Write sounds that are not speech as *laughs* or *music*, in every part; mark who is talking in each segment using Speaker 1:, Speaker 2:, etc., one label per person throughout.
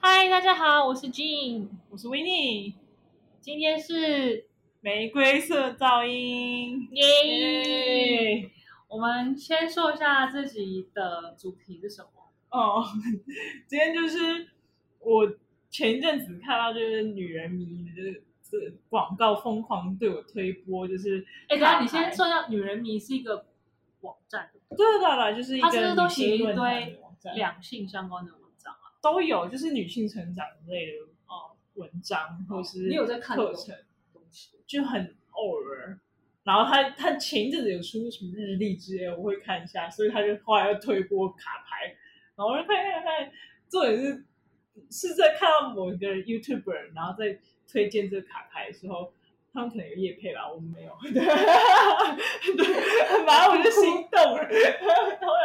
Speaker 1: 嗨，大家好，我是 Jean，
Speaker 2: 我是维尼，
Speaker 1: 今天是
Speaker 2: 玫瑰色噪音。
Speaker 1: 耶我们先说一下自己的主题是什么。
Speaker 2: 哦， *laughs* 今天就是我前一阵子看到就是女人迷的就是这广告疯狂对我推播，就是
Speaker 1: 哎，等一下你先
Speaker 2: 看
Speaker 1: 说一下，女人迷是一个网站，
Speaker 2: 对对对，就是一
Speaker 1: 它是不
Speaker 2: 个
Speaker 1: 是都
Speaker 2: 女
Speaker 1: 写
Speaker 2: 性
Speaker 1: 一
Speaker 2: 论坛
Speaker 1: 堆
Speaker 2: 的网站哦
Speaker 1: 两性相关的文章啊？
Speaker 2: 都有，就是女性成长类的哦文章或是
Speaker 1: 你有在看
Speaker 2: 课
Speaker 1: 吗
Speaker 2: 程，就很偶尔。然后他他前一阵子有出什么日历之类的，我会看一下，所以他就后来又推播卡牌，然后我就看看看，重点是是在看到某一个 YouTuber，然后在推荐这个卡牌的时候，他们可能有夜配吧，我们没有， *laughs* 对，对，反正我就心动了， *laughs* 然后我想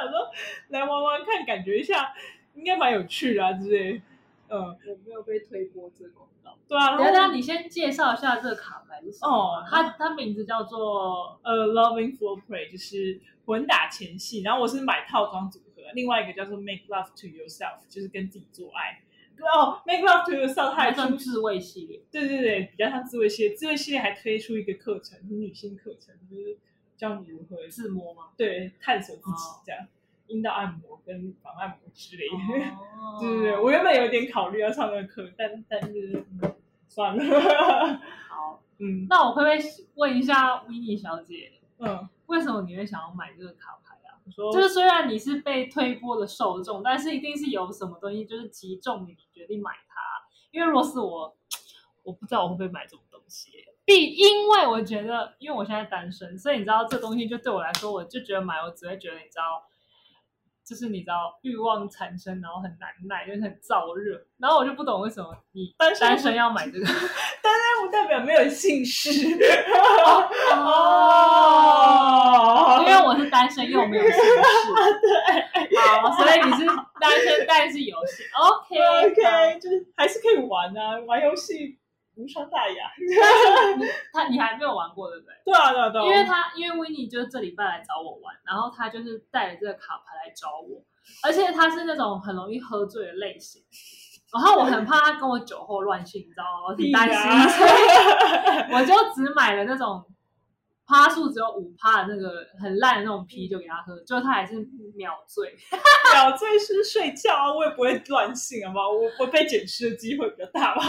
Speaker 2: 说来玩玩看，感觉一下应该蛮有趣的啊之类的，嗯，
Speaker 3: 我没有被推播这个广告。
Speaker 2: 对啊，
Speaker 1: 等一下，等一
Speaker 2: 然
Speaker 1: 下
Speaker 2: 后
Speaker 1: 你先介绍一下这个卡牌是什么？
Speaker 2: 哦，
Speaker 1: 它它名字叫做
Speaker 2: 呃，Loving Floor Play 就是混打前戏，然后我是买套装组合，另外一个叫做 Make Love to Yourself，就是跟自己做爱。哦，Make Love to Yourself 它还
Speaker 1: 还
Speaker 2: 出
Speaker 1: 算，自慰系列，
Speaker 2: 对对对，比较像自慰系列，自慰系列还推出一个课程，是女性课程，就是教你如何
Speaker 1: 自摸吗？
Speaker 2: 对探索自己
Speaker 1: 哦
Speaker 2: 这样，阴道按摩跟防按摩之类的。
Speaker 1: 哦
Speaker 2: *laughs* 对对对，我原本有点考虑要上那个课，但但就是、嗯算了，
Speaker 1: 好，
Speaker 2: *laughs* 嗯
Speaker 1: 那我会不会问一下 w i n n 小姐，
Speaker 2: 嗯，
Speaker 1: 为什么你会想要买这个卡牌啊？
Speaker 2: 我说
Speaker 1: 就是虽然你是被推波的受众，但是一定是有什么东西就是击中你，决定买它。因为如果是我，我不知道我会不会买这种东西。必因为我觉得，因为我现在单身，所以你知道这东西就对我来说，我就觉得买，我只会觉得你知道，就是你知道欲望产生，然后很难耐，就是很燥热。然后我就不懂为什么你
Speaker 2: 单身
Speaker 1: 单身要买这个。 *laughs*
Speaker 2: 但不代表没有姓氏。哦
Speaker 1: 哦因
Speaker 2: *laughs*
Speaker 1: 为我是单身又没有姓氏，好，所以你是单身但是有姓，OK
Speaker 2: OK，就是还是可以玩啊，玩游戏无伤大雅。
Speaker 1: 他你还没有玩过对不对？
Speaker 2: 对啊，对啊，对啊。
Speaker 1: 因为他因为 w i n n 就是这礼拜来找我玩，然后他就是带着这个卡牌来找我，而且他是那种很容易喝醉的类型，然后我很怕他跟我酒后乱性，你知道吗？我挺担心
Speaker 2: 屁啊，
Speaker 1: 所以我就只买了那种趴数只有五趴的那个很烂的那种啤酒给他喝，就他还是秒醉。
Speaker 2: 表醉是睡觉啊，我也不会乱性，好不好？我我被检视的机会比较大吧。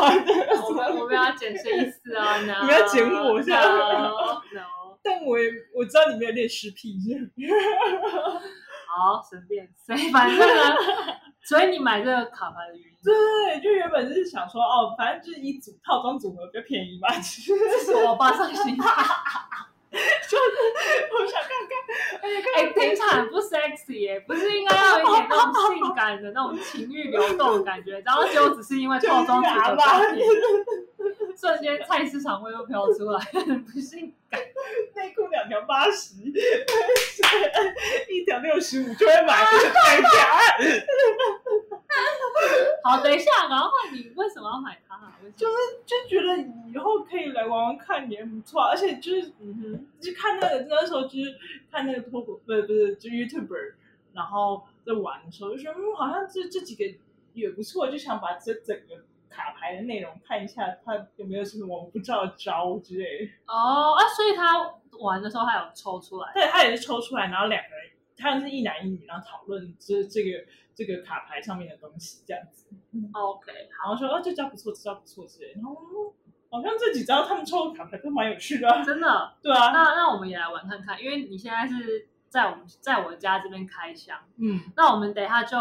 Speaker 1: 我们我们要剪这一次 *laughs* 啊 n
Speaker 2: 你要剪我是吧
Speaker 1: no, no.
Speaker 2: *laughs* 但我也我知道你没有恋尸癖，
Speaker 1: 好，随便，所以反 *laughs* 正呢，所以你买这个卡牌的原因，
Speaker 2: 对，就原本是想说哦，反正就是一组套装组合比较便宜嘛。其实
Speaker 1: 这是我爸上心态。
Speaker 2: 我想看看，而且看
Speaker 1: *laughs* 哎、听起来很不 sexy 耶、不是应该要有一点那种性感的那种情欲流动的感觉，然后结果只是因为 *laughs* 套装组合关 *laughs* 系，瞬间菜市场味又飘出来，很不性感。
Speaker 2: *laughs* 内裤两条八十，一条六十五就会买这个代价。
Speaker 1: 好，等一下，然后你为什么要买它、啊？为什么
Speaker 2: 就觉得以后可以来玩玩看也很不错啊、而且就是
Speaker 1: 嗯哼。
Speaker 2: 就看那个那时候就是看那个脱口，不是不是就 YouTuber，然后在玩的时候就说，嗯，好像这这几个也不错，就想把这整个卡牌的内容看一下，它有没有什么我不知道的招之类的。
Speaker 1: 哦，啊，所以他玩的时候他有抽出来，
Speaker 2: 对，他也是抽出来，然后两个人，他是一男一女，然后讨论这这个这个卡牌上面的东西这样子，
Speaker 1: OK，
Speaker 2: 然后说，哦，这招不错，这招不错之类的，然后嗯好像这几招他们抽的卡牌都蛮有趣的啊、
Speaker 1: 真的。
Speaker 2: 对啊，
Speaker 1: 那那我们也来玩看看，因为你现在是在我们在我家这边开箱，
Speaker 2: 嗯，
Speaker 1: 那我们等一下就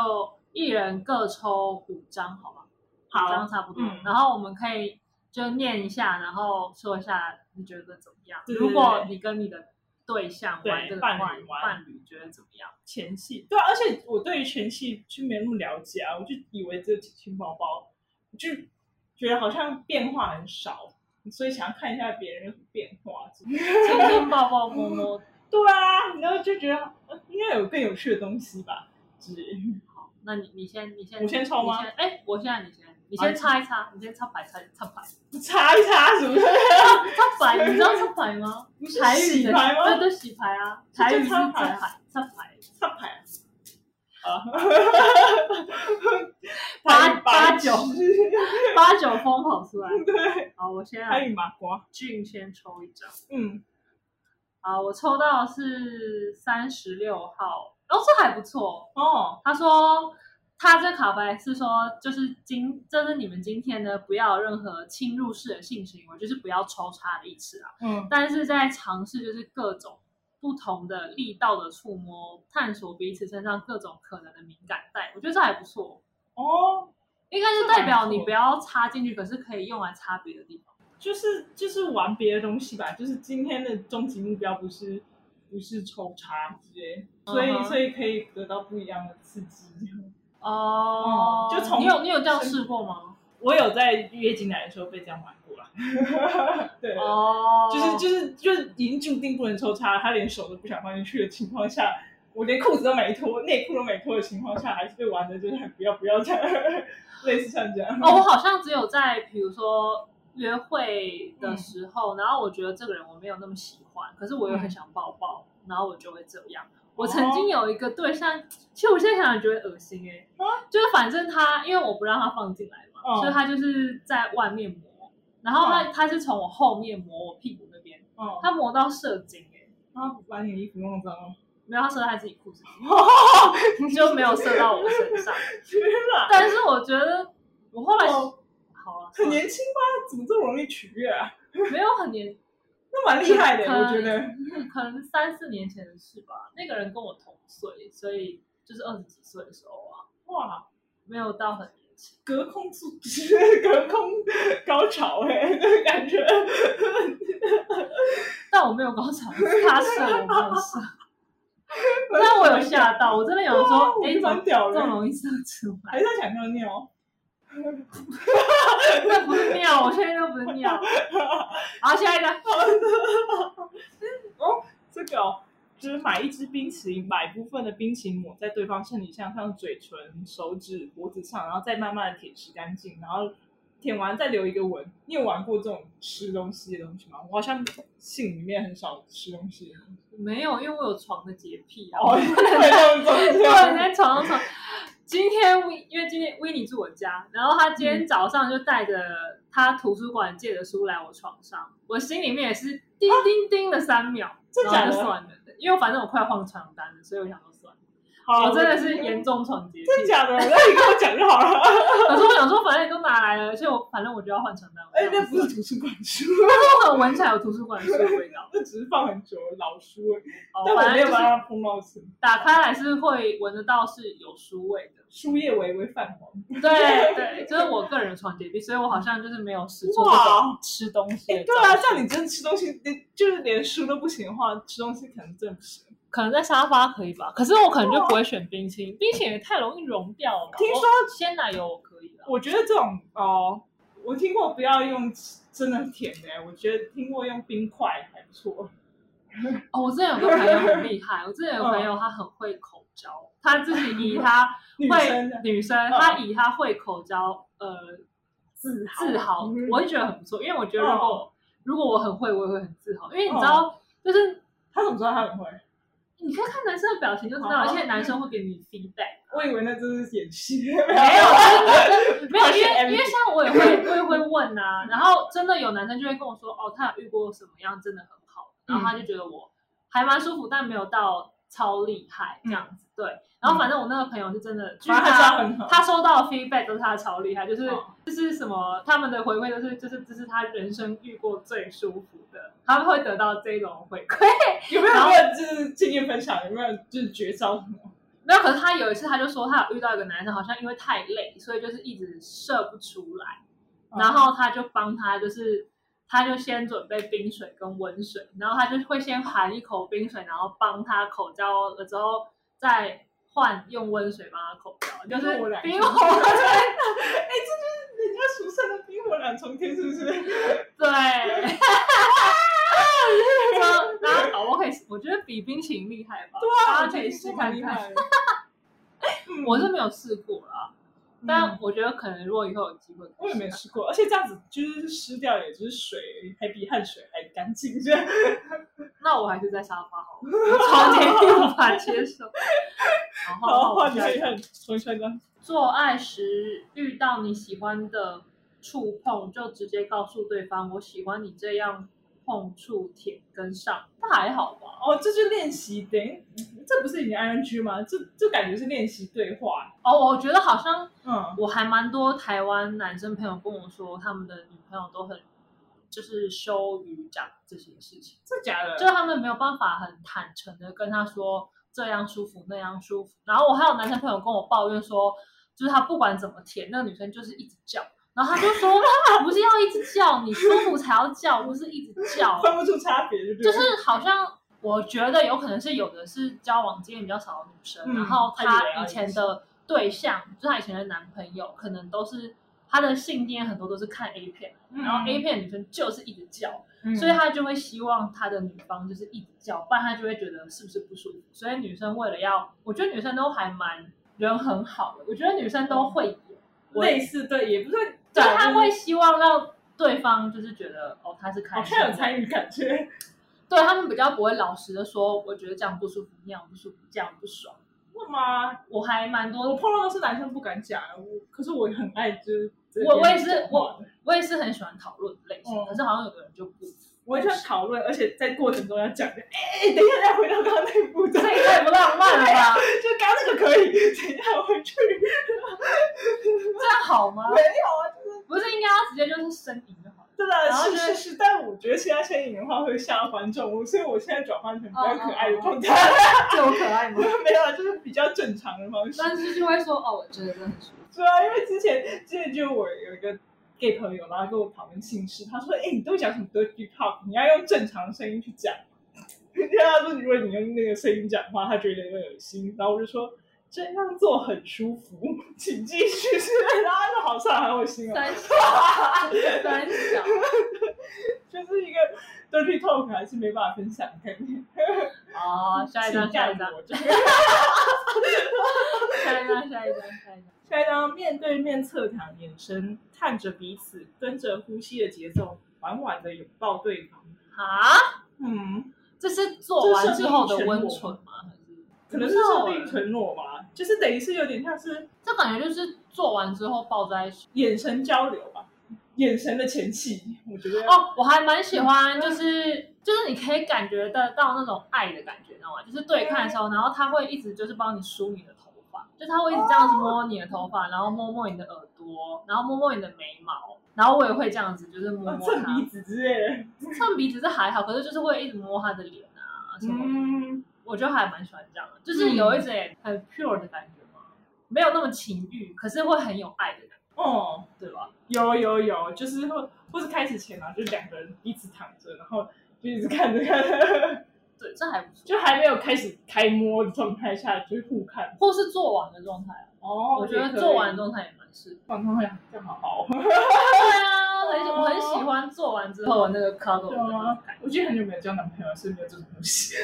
Speaker 1: 一人各抽五张，好吗？
Speaker 2: 好
Speaker 1: 五张差不多，
Speaker 2: 嗯
Speaker 1: 然后我们可以就念一下，然后说一下你觉得怎么样？
Speaker 2: 对
Speaker 1: 如果你跟你的对象玩
Speaker 2: 对
Speaker 1: 这个
Speaker 2: 伴侣
Speaker 1: 伴
Speaker 2: 玩
Speaker 1: 伴侣觉得怎么样？
Speaker 2: 前戏，对啊，而且我对于前戏就没那么了解啊，我就以为只有亲亲抱抱，我就觉得好像变化很少，所以想要看一下别人有什么变化。
Speaker 1: 亲亲抱抱摸
Speaker 2: *laughs*
Speaker 1: 摸，
Speaker 2: 对啊，然后就觉得呃应该有更有趣的东西吧。是，
Speaker 1: 好，那你你先你先
Speaker 2: 我先抽吗
Speaker 1: 你先哎，我现在你先你先擦一擦，你先擦牌擦擦牌。
Speaker 2: 擦一擦什么？
Speaker 1: 插啊牌，你知道插牌吗？
Speaker 2: 不是
Speaker 1: 台语
Speaker 2: 洗
Speaker 1: 的
Speaker 2: 牌
Speaker 1: 对
Speaker 2: 吗？
Speaker 1: 对，洗牌啊，台语是
Speaker 2: 插
Speaker 1: 插
Speaker 2: 牌
Speaker 1: 牌，插牌。
Speaker 2: 擦牌啊。啊， *laughs*
Speaker 1: 八八九
Speaker 2: 台语
Speaker 1: 八九风跑出
Speaker 2: *laughs*
Speaker 1: 来。
Speaker 2: 对，
Speaker 1: 好，我先
Speaker 2: 还
Speaker 1: 来
Speaker 2: 有麻瓜，
Speaker 1: 俊先抽一张。
Speaker 2: 嗯，
Speaker 1: 啊，我抽到的是三十六号，哦，这还不错。
Speaker 2: 哦，
Speaker 1: 他说他这卡牌是说，就是今这是你们今天呢，不要有任何侵入式的性行为，就是不要抽插的意思啊。
Speaker 2: 嗯，
Speaker 1: 但是在尝试就是各种不同的力道的触摸，探索彼此身上各种可能的敏感带，我觉得这还不错。
Speaker 2: 哦，
Speaker 1: 应该是
Speaker 2: 这还
Speaker 1: 代表
Speaker 2: 不
Speaker 1: 你
Speaker 2: 错
Speaker 1: 不要插进去，可是可以用来插别的地方。
Speaker 2: 就是就是玩别的东西吧，就是今天的终极目标不是不是抽查之类，所以、
Speaker 1: 嗯哼
Speaker 2: 所以可以得到不一样的刺激。
Speaker 1: 哦、
Speaker 2: 就从
Speaker 1: 你有你有这样试过吗？
Speaker 2: 我有在月经来的时候被这样玩过啦， *laughs* 对。
Speaker 1: 哦，
Speaker 2: 就是就是就是已经注定不能抽插，他连手都不想放进去的情况下，我连裤子都没脱，内裤都没脱的情况下，还是被玩的就是很不要不要这样，类似像这样。
Speaker 1: *laughs* 哦，我好像只有在比如说约会
Speaker 2: 嗯
Speaker 1: 的时候，然后我觉得这个人我没有那么喜欢，可是我
Speaker 2: 嗯
Speaker 1: 又很想抱抱，然后我就会这样。我曾经
Speaker 2: 哦
Speaker 1: 有一个对象，其实我现在想想觉得恶心哎、
Speaker 2: 啊
Speaker 1: 就是反正他因为我不让他放进来嘛，
Speaker 2: 嗯
Speaker 1: 所以他就是在外面磨，然后他、
Speaker 2: 嗯
Speaker 1: 他是从我后面磨我屁股那边，
Speaker 2: 哦，
Speaker 1: 他磨到射精哎、
Speaker 2: 他把你的衣服弄脏了， *laughs*
Speaker 1: 没有他射到他自己裤子里，就没有射到我身
Speaker 2: *laughs*
Speaker 1: 上。
Speaker 2: 天哪！
Speaker 1: 但是我觉得我后来、
Speaker 2: 哦
Speaker 1: 好啊了，
Speaker 2: 很年轻吗？怎么这么容易取悦啊？
Speaker 1: 没有很年
Speaker 2: 那蛮厉害的，
Speaker 1: 可能
Speaker 2: 我觉得。
Speaker 1: 可能三四年前的事吧。那个人跟我同岁，所以就是二十几岁的时候啊，
Speaker 2: 哇，
Speaker 1: 没有到很年轻。
Speaker 2: 隔空速，隔空高潮哎、欸，这个感觉。
Speaker 1: 但我没有高潮，是他射我没有
Speaker 2: *laughs*
Speaker 1: 射，但我有吓到，我真的有说，
Speaker 2: 我
Speaker 1: 哎、
Speaker 2: 觉
Speaker 1: 怎
Speaker 2: 得
Speaker 1: 么
Speaker 2: 蛮屌
Speaker 1: 这么
Speaker 2: 的，哎
Speaker 1: 容易射出来？
Speaker 2: 还是他想尿尿？
Speaker 1: 那不是尿，啊我现在那不是尿。好，下一个，
Speaker 2: 这个、哦、就是买一支冰淇淋，把一部分的冰淇淋抹在对方身体上，像嘴唇、手指、脖子上，然后再慢慢的舔舐干净，然后舔完再留一个吻。你有玩过这种吃东西的东西吗？我好像性里面很少吃东西
Speaker 1: *laughs*
Speaker 2: 的东西。
Speaker 1: 没有，因为我有床的洁癖
Speaker 2: *laughs*
Speaker 1: 啊。
Speaker 2: 哦，对，这
Speaker 1: *laughs*
Speaker 2: 种东
Speaker 1: 不
Speaker 2: 西
Speaker 1: 能在床上床。今天 Win 因为今天 w i n n 住我家，然后他今
Speaker 2: 嗯
Speaker 1: 天早上就带着他图书馆借的书来我床上，我心里面也是叮叮叮的三秒，
Speaker 2: 啊真假
Speaker 1: 然
Speaker 2: 的
Speaker 1: 后就算了，因为反正我快换床单了，所以我想说算了。
Speaker 2: 好
Speaker 1: 我真的是严重床洁癖，
Speaker 2: 真假的，那你跟我讲就好了。
Speaker 1: 可是我想说反正你都拿来了，所以我反正我就要换床单。我
Speaker 2: *laughs* 哎，
Speaker 1: 就
Speaker 2: 那
Speaker 1: 想
Speaker 2: 不
Speaker 1: 说
Speaker 2: *laughs* 是图书馆书，
Speaker 1: 我很闻起来有图书馆书的味道，
Speaker 2: 那只是放很久的老书而已， *laughs*
Speaker 1: 哦
Speaker 2: 但我
Speaker 1: 反
Speaker 2: 没有啊
Speaker 1: 正就
Speaker 2: 把
Speaker 1: 是
Speaker 2: 它碰到身。
Speaker 1: 打开来是会闻得到是有书味的。
Speaker 2: 书页微微泛黄。
Speaker 1: 对对，就是我个人的床洁癖，所以我好像就是没有使出这
Speaker 2: 哇
Speaker 1: 种吃东西
Speaker 2: 哎、
Speaker 1: 的招数。
Speaker 2: 对啊，像你真的吃东西，连就是连书都不行的话，吃东西可能真的不行。
Speaker 1: 可能在沙发可以吧，可是我可能就不会选冰淇淋，冰淇淋也太容易融掉了吧。
Speaker 2: 听说
Speaker 1: 我鲜奶油我可以了，
Speaker 2: 我觉得这种哦，我听过不要用真的甜的、我觉得听过用冰块还不错。
Speaker 1: 哦，我之前有个朋友很厉害，我之前有个朋友他很会口交，他自己以他
Speaker 2: 嗯 *laughs* 女
Speaker 1: 会
Speaker 2: 生的
Speaker 1: 女生，
Speaker 2: 嗯
Speaker 1: 他以他会口交呃自
Speaker 2: 豪
Speaker 1: 自豪
Speaker 2: 嗯，
Speaker 1: 我会觉得很不错，因为我觉得如果如果我很会，我也会很自豪，因为你知
Speaker 2: 嗯
Speaker 1: 道就是。
Speaker 2: 他怎么知道他很会？
Speaker 1: 你可以看男生的表情就知
Speaker 2: 哦
Speaker 1: 道，而且男生会给你 feedback，
Speaker 2: 我以为那真是演戏。
Speaker 1: 没有，
Speaker 2: 啊 *laughs*
Speaker 1: 真的没有，因
Speaker 2: 他是
Speaker 1: 为因为像我也会，我也会问啊，然后真的有男生就会跟我说，哦，他有遇过什么样真的很好，然后他就
Speaker 2: 嗯
Speaker 1: 觉得我还蛮舒服，但没有到超厉害这样子，对。然后反正我那个朋友是真的，据
Speaker 2: 反正他这样很好
Speaker 1: 他收到的 feedback 都是他的超厉害，就是
Speaker 2: 哦
Speaker 1: 就是什么他们的回馈都是就是这是他人生遇过最舒服的，他们会得到这种回馈。
Speaker 2: 有没有
Speaker 1: 然后
Speaker 2: 人就是经验分享？有没有就是绝招什么？
Speaker 1: 没有，可是他有一次他就说他有遇到一个男生，好像因为太累，所以就是一直射不出来，
Speaker 2: 嗯
Speaker 1: 然后他就帮他就是。他就先准备冰水跟温水，然后他就会先含一口冰水，然后帮他口交了之后，再换用温水帮他口交，就
Speaker 2: 冰火
Speaker 1: 是
Speaker 2: 两
Speaker 1: 冰
Speaker 2: 重
Speaker 1: 火
Speaker 2: 哎、这就是人家俗称的冰火两重天，是不是？ *laughs*
Speaker 1: 对，然后搞不好可以，我觉得比冰淇淋厉害吧，
Speaker 2: 啊
Speaker 1: 大家可以试看
Speaker 2: 厉
Speaker 1: 看。
Speaker 2: 害的。嗯
Speaker 1: 我是没有试过啦，
Speaker 2: 嗯
Speaker 1: 但我觉得可能如果以后有机会，
Speaker 2: 我也没吃过，而且这样子就是湿掉，也就是水还比汗水还干净，这样
Speaker 1: 那我还是在沙发好了，我超级无法接受。然
Speaker 2: 然
Speaker 1: 后
Speaker 2: 后换你看重新穿一张。
Speaker 1: 做爱时遇到你喜欢的触碰就直接告诉对方我喜欢你这样碰触舔跟上，那还好吧？
Speaker 2: 哦，这就练习，等于这不是已经 ing 吗？这这感觉是练习对话，
Speaker 1: 哦，我觉得好像
Speaker 2: 嗯，
Speaker 1: 我还蛮多台湾男生朋友跟我说，他们的女朋友都很就是羞于讲这些事情，
Speaker 2: 真假 *laughs* 的？
Speaker 1: 就是他们没有办法很坦诚的跟他说这样舒服那样舒服。然后我还有男生朋友跟我抱怨说，就是他不管怎么舔，那个女生就是一直叫。然后他就说，不是要一直叫，你舒服才要叫，不是一直
Speaker 2: *laughs*
Speaker 1: 叫。
Speaker 2: 分不出差别，就对
Speaker 1: 就
Speaker 2: 了
Speaker 1: 是好像我觉得有可能是有的是交往经验比较少的女生，
Speaker 2: 嗯
Speaker 1: 然后
Speaker 2: 她
Speaker 1: 她
Speaker 2: 以为
Speaker 1: 以前的对象，就是她以前的男朋友，可能都是她的性经验很多都是看 A 片，
Speaker 2: 嗯
Speaker 1: 然后 A 片女生就是一直叫，
Speaker 2: 嗯
Speaker 1: 所以她就会希望她的女方就是一直叫，不然她就会觉得是不是不舒服。所以女生为了要，我觉得女生都还蛮人很好的，我觉得女生都会演，我
Speaker 2: 类似对，也不是说
Speaker 1: 就是
Speaker 2: 对
Speaker 1: 她
Speaker 2: 就是
Speaker 1: 会希望让对方就是觉得哦她是开
Speaker 2: 好
Speaker 1: 心
Speaker 2: 像有
Speaker 1: 的。
Speaker 2: 参与感
Speaker 1: *laughs*
Speaker 2: 觉，
Speaker 1: 对他们比较不会老实的说，我觉得这样不舒服，那样不舒服，这样不爽。
Speaker 2: 是吗？
Speaker 1: 我还蛮
Speaker 2: 我
Speaker 1: 多，
Speaker 2: 碰到的是男生不敢讲，啊我可是我很爱就是这边
Speaker 1: 我我也是
Speaker 2: 讲话的
Speaker 1: 我也是很喜欢讨论的类型，
Speaker 2: 嗯
Speaker 1: 可是好像有的人就不，所
Speaker 2: 我很喜欢讨论，而且在过程中要讲，哎、哎，等一下再回到刚刚那一步，
Speaker 1: 以太不浪漫了吧？ *laughs*
Speaker 2: 就刚刚那个可以，等一下回去。
Speaker 1: 这样好吗？
Speaker 2: 没有啊，
Speaker 1: 不是应该要直接就是呻吟就好了？
Speaker 2: 真
Speaker 1: 然后
Speaker 2: 的
Speaker 1: 就是
Speaker 2: 是是是，但我觉得其他牵引的话会吓到观众，我所以我现在转换成比较可
Speaker 1: 哦
Speaker 2: 爱的状态， *laughs*
Speaker 1: *laughs* 这有可爱吗？
Speaker 2: 没有啊，就是比较正常的方式。
Speaker 1: 但是就会说哦，我觉得很舒服。
Speaker 2: 对啊，因为之前之前就我有一个 gay 朋友，然后跟我讨论性事，他说：“哎、你都讲什么 dirty talk？你要用正常的声音去讲。”因为他说，如果你用那个声音讲话，他觉得有点恶心。然后我就说。这样做很舒服， *laughs* 请继续 *laughs* 之类的。然后他就好像好恶心哦，
Speaker 1: 三小， *laughs* 三小，
Speaker 2: *laughs* 就是一个 dirty talk 还是没办法分享的概念。
Speaker 1: 哦，下一张，
Speaker 2: 请
Speaker 1: 下一
Speaker 2: 干
Speaker 1: 张，
Speaker 2: 我
Speaker 1: 下一张，下一张，下一张。
Speaker 2: *laughs*
Speaker 1: *laughs*
Speaker 2: 下一张，面对面侧躺，眼神看着彼此，跟着呼吸的节奏，缓缓的拥抱对方。
Speaker 1: 啊，
Speaker 2: 嗯，
Speaker 1: 这是做完之后的温存吗？
Speaker 2: 可能是设定承诺吧，就是等于是有点像是
Speaker 1: 欸这感觉就是做完之后抱在一起。
Speaker 2: 眼神交流吧，眼神的前戏，我觉得。
Speaker 1: 哦，我还蛮喜欢，就是就是你可以感觉得到那种爱的感觉，你知道吗？就是对看的时候，然后他会一直就是帮你梳你的头发，就他会一直这样子摸你的头发，然后摸摸你的耳朵，然后摸摸你的眉毛，然后我也会这样子，就是摸
Speaker 2: 啊
Speaker 1: 摸
Speaker 2: 蹭
Speaker 1: 他
Speaker 2: 鼻，子之类
Speaker 1: 嗯
Speaker 2: 的，
Speaker 1: 蹭鼻子是还好，可是就是会一直摸他的脸啊什么的，
Speaker 2: 嗯，
Speaker 1: 我就还蛮喜欢这样的，就是有一种很 pure 的感觉嘛，没有那么情欲，可是会很有爱的感觉，
Speaker 2: 哦，
Speaker 1: 对吧？
Speaker 2: 有有有，就是或或是开始前啊，就两个人彼此躺着，然后就一直看着看着， *laughs*
Speaker 1: 对，这还不错，
Speaker 2: 就还没有开始开摸的状态下，就互看。
Speaker 1: 或是做完的状态啊，
Speaker 2: 哦
Speaker 1: 我觉得做完
Speaker 2: 之后。
Speaker 1: 状态也蛮适合。
Speaker 2: 放松会这样好好。
Speaker 1: 对啊，很喜我很喜欢做完之后的哦啊那个 cuddle 的那种感觉。
Speaker 2: 我觉得很久没有交男朋友，所以没有这种东西。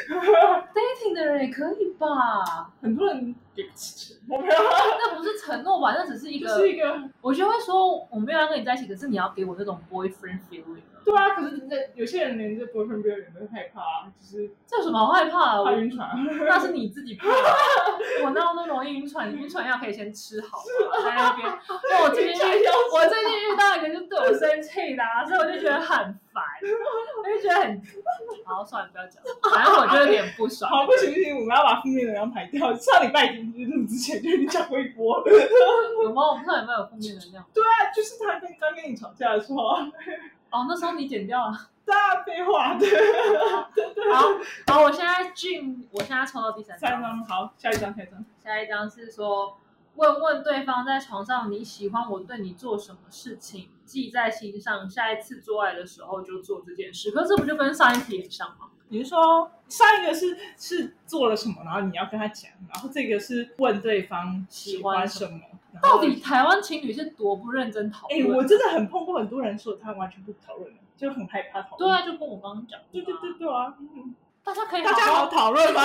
Speaker 1: dating 的人也可以吧？
Speaker 2: 很多人对不起，我没
Speaker 1: 哦那不是承诺吧？那只是一
Speaker 2: 有，
Speaker 1: 个，
Speaker 2: 就是一个
Speaker 1: 我就会说我没有要跟你在一起，可是你要给我那种 boyfriend feeling 啊。
Speaker 2: 对啊。可是那有些人连这 boyfriend 人都害怕，啊就是
Speaker 1: 这有什么好害怕的？我
Speaker 2: 怕晕船。啊
Speaker 1: *laughs* 那是你自己怕。我哪有那么容易晕船？你晕船药可以先吃好嘛，在那边。因为我最近 *laughs* 遇，我最近遇到一个就对我生气的、 *laughs* 啊，所以我就觉得很烦，我就觉得很……好，算了，不要讲了。反正我就有点不爽。
Speaker 2: *laughs* 好，不行不行，我们要把负面能量排掉。上礼拜已经录之前就已经讲过一波了， *laughs*
Speaker 1: 有吗？我不知道有没有负面能量。
Speaker 2: 那就是他跟刚跟你吵架的时候，啊
Speaker 1: 哦，那时候你剪掉了。
Speaker 2: 大废话的。
Speaker 1: 好，好，我现在 Jim，我现在抽到第三
Speaker 2: 下一
Speaker 1: 张，
Speaker 2: 张，好，下一张，下一张。
Speaker 1: 下一张是说问问对方在床上你喜欢我对你做什么事情，记在心上，下一次做爱的时候就做这件事。可是这不就跟上一题很像吗？
Speaker 2: 你是说上一个是是做了什么，然后你要跟他讲，然后这个是问对方喜欢什么，然后
Speaker 1: 到底台湾情侣是多不认真讨
Speaker 2: 哎、
Speaker 1: 论？
Speaker 2: 我真的很碰过很多人说他完全不讨论的，就很害怕讨论。
Speaker 1: 对啊，就跟我刚刚讲的啊，
Speaker 2: 对对对对啊！嗯
Speaker 1: 大家可以
Speaker 2: 大家好
Speaker 1: 好
Speaker 2: 好讨论吗？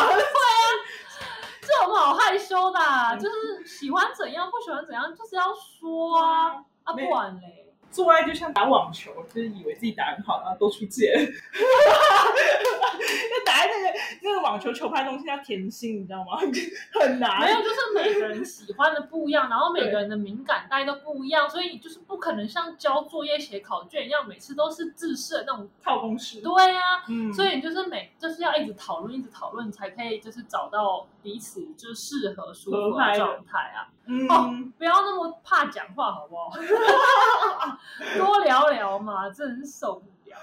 Speaker 1: 这我们好害羞的啊、
Speaker 2: 嗯
Speaker 1: 就是喜欢怎样不喜欢怎样，就是要说啊，啊不
Speaker 2: 没
Speaker 1: 然嘞，
Speaker 2: 做爱就像打网球，就是以为自己打很好，然后都出界。 *laughs* 要打在那个那个网球球拍东西要甜心，你知道吗？ *laughs* 很
Speaker 1: 没有，
Speaker 2: 难。
Speaker 1: 就是每个人喜欢的不一样，然后每个人的敏感带都不一样，所以你就是不可能像交作业、写考卷一样，每次都是制式的那种。
Speaker 2: 套公式，
Speaker 1: 对呀、
Speaker 2: 嗯
Speaker 1: 所以你就是每就是要一直讨论，一直讨论，才可以就是找到彼此就是适合舒服
Speaker 2: 合拍
Speaker 1: 的
Speaker 2: 的
Speaker 1: 状态啊！
Speaker 2: 嗯，
Speaker 1: 哦不要那么怕讲话，好不好？ *laughs* 多聊聊嘛，真的是受不了。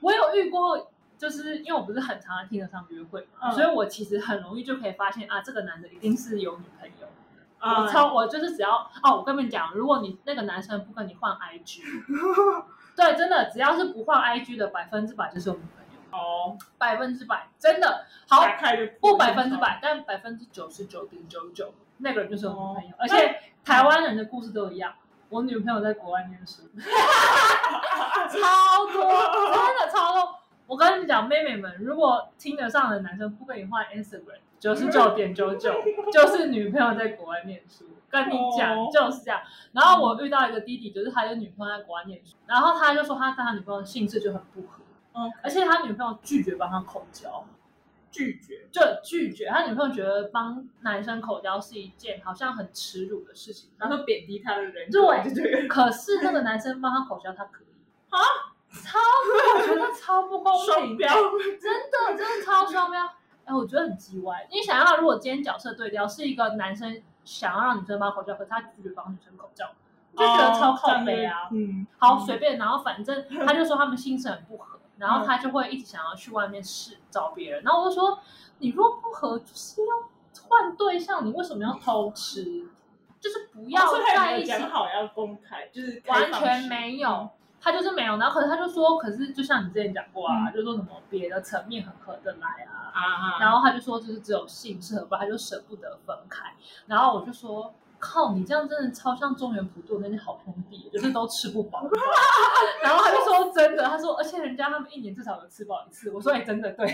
Speaker 1: 我有遇过，就是因为我不是很常在听得上约会嘛，
Speaker 2: 嗯
Speaker 1: 所以我其实很容易就可以发现啊，这个男的一定是有女朋友。
Speaker 2: 啊
Speaker 1: 我超我就是只要哦，我跟你们讲，如果你那个男生不跟你换 IG，对，真的只要是不换 IG 的，百分之百就是我女朋友，
Speaker 2: 哦，
Speaker 1: 百分之百真的好，
Speaker 2: 打开就
Speaker 1: 不百分之，百，但百分之九十九点九九，那个人就是我女朋友。而
Speaker 2: 哦那
Speaker 1: 且台湾人的故事都一样，我女朋友在国外念
Speaker 2: *laughs*
Speaker 1: 书，超多，真的超多。我跟你们讲，妹妹们，如果听得上的男生不跟你换 Instagram，九十九点九九就是女朋友在国外念书。跟你讲
Speaker 2: 哦
Speaker 1: 就是这样。然后我遇到一个弟弟，就是他的女朋友在国外念书，然后他就说他跟他女朋友的姓氏就很不合，
Speaker 2: 嗯，
Speaker 1: 而且他女朋友拒绝帮他口交。
Speaker 2: 拒绝，
Speaker 1: 就拒绝。他女朋友觉得帮男生口交是一件好像很耻辱的事情。
Speaker 2: 然后贬低他的人格，
Speaker 1: 对
Speaker 2: 对
Speaker 1: *laughs*
Speaker 2: 对，
Speaker 1: 可是那个男生帮他口交，他可以啊，超我觉得超不公
Speaker 2: 双
Speaker 1: 平，
Speaker 2: 标，
Speaker 1: 真的真的超双标。哎，我觉得很叽歪。你想要，如果今天角色对调是一个男生想要让女生帮他口交，可是他拒绝帮女生口交，我就觉得超靠北啊。
Speaker 2: 哦，这样就嗯，
Speaker 1: 好
Speaker 2: 嗯
Speaker 1: 随便，然后反
Speaker 2: *laughs*
Speaker 1: 正他就说他们心神不合，然后他就会一直想要去外面试找别人，然后我就说你若不合，就是要换对象，你为什么要偷吃？就是不要
Speaker 2: 哦所以他也
Speaker 1: 在一
Speaker 2: 没有
Speaker 1: 起，
Speaker 2: 讲好要公开，就是开
Speaker 1: 完
Speaker 2: 放
Speaker 1: 全
Speaker 2: 式嗯
Speaker 1: 没有，，他就是没有。然后可是他就说，可是就像你之前讲过啊，
Speaker 2: 嗯
Speaker 1: 就说什么别的层面很合得来啊，
Speaker 2: 啊啊，
Speaker 1: 然后他就说就是只有性适合吧，他就舍不得分开。然后我就说。靠，你这样真的超像中原普渡那些好兄弟，就是都吃不饱。然后他就说真的，他说而且人家他们一年至少有吃饱一次。我说哎、真的对，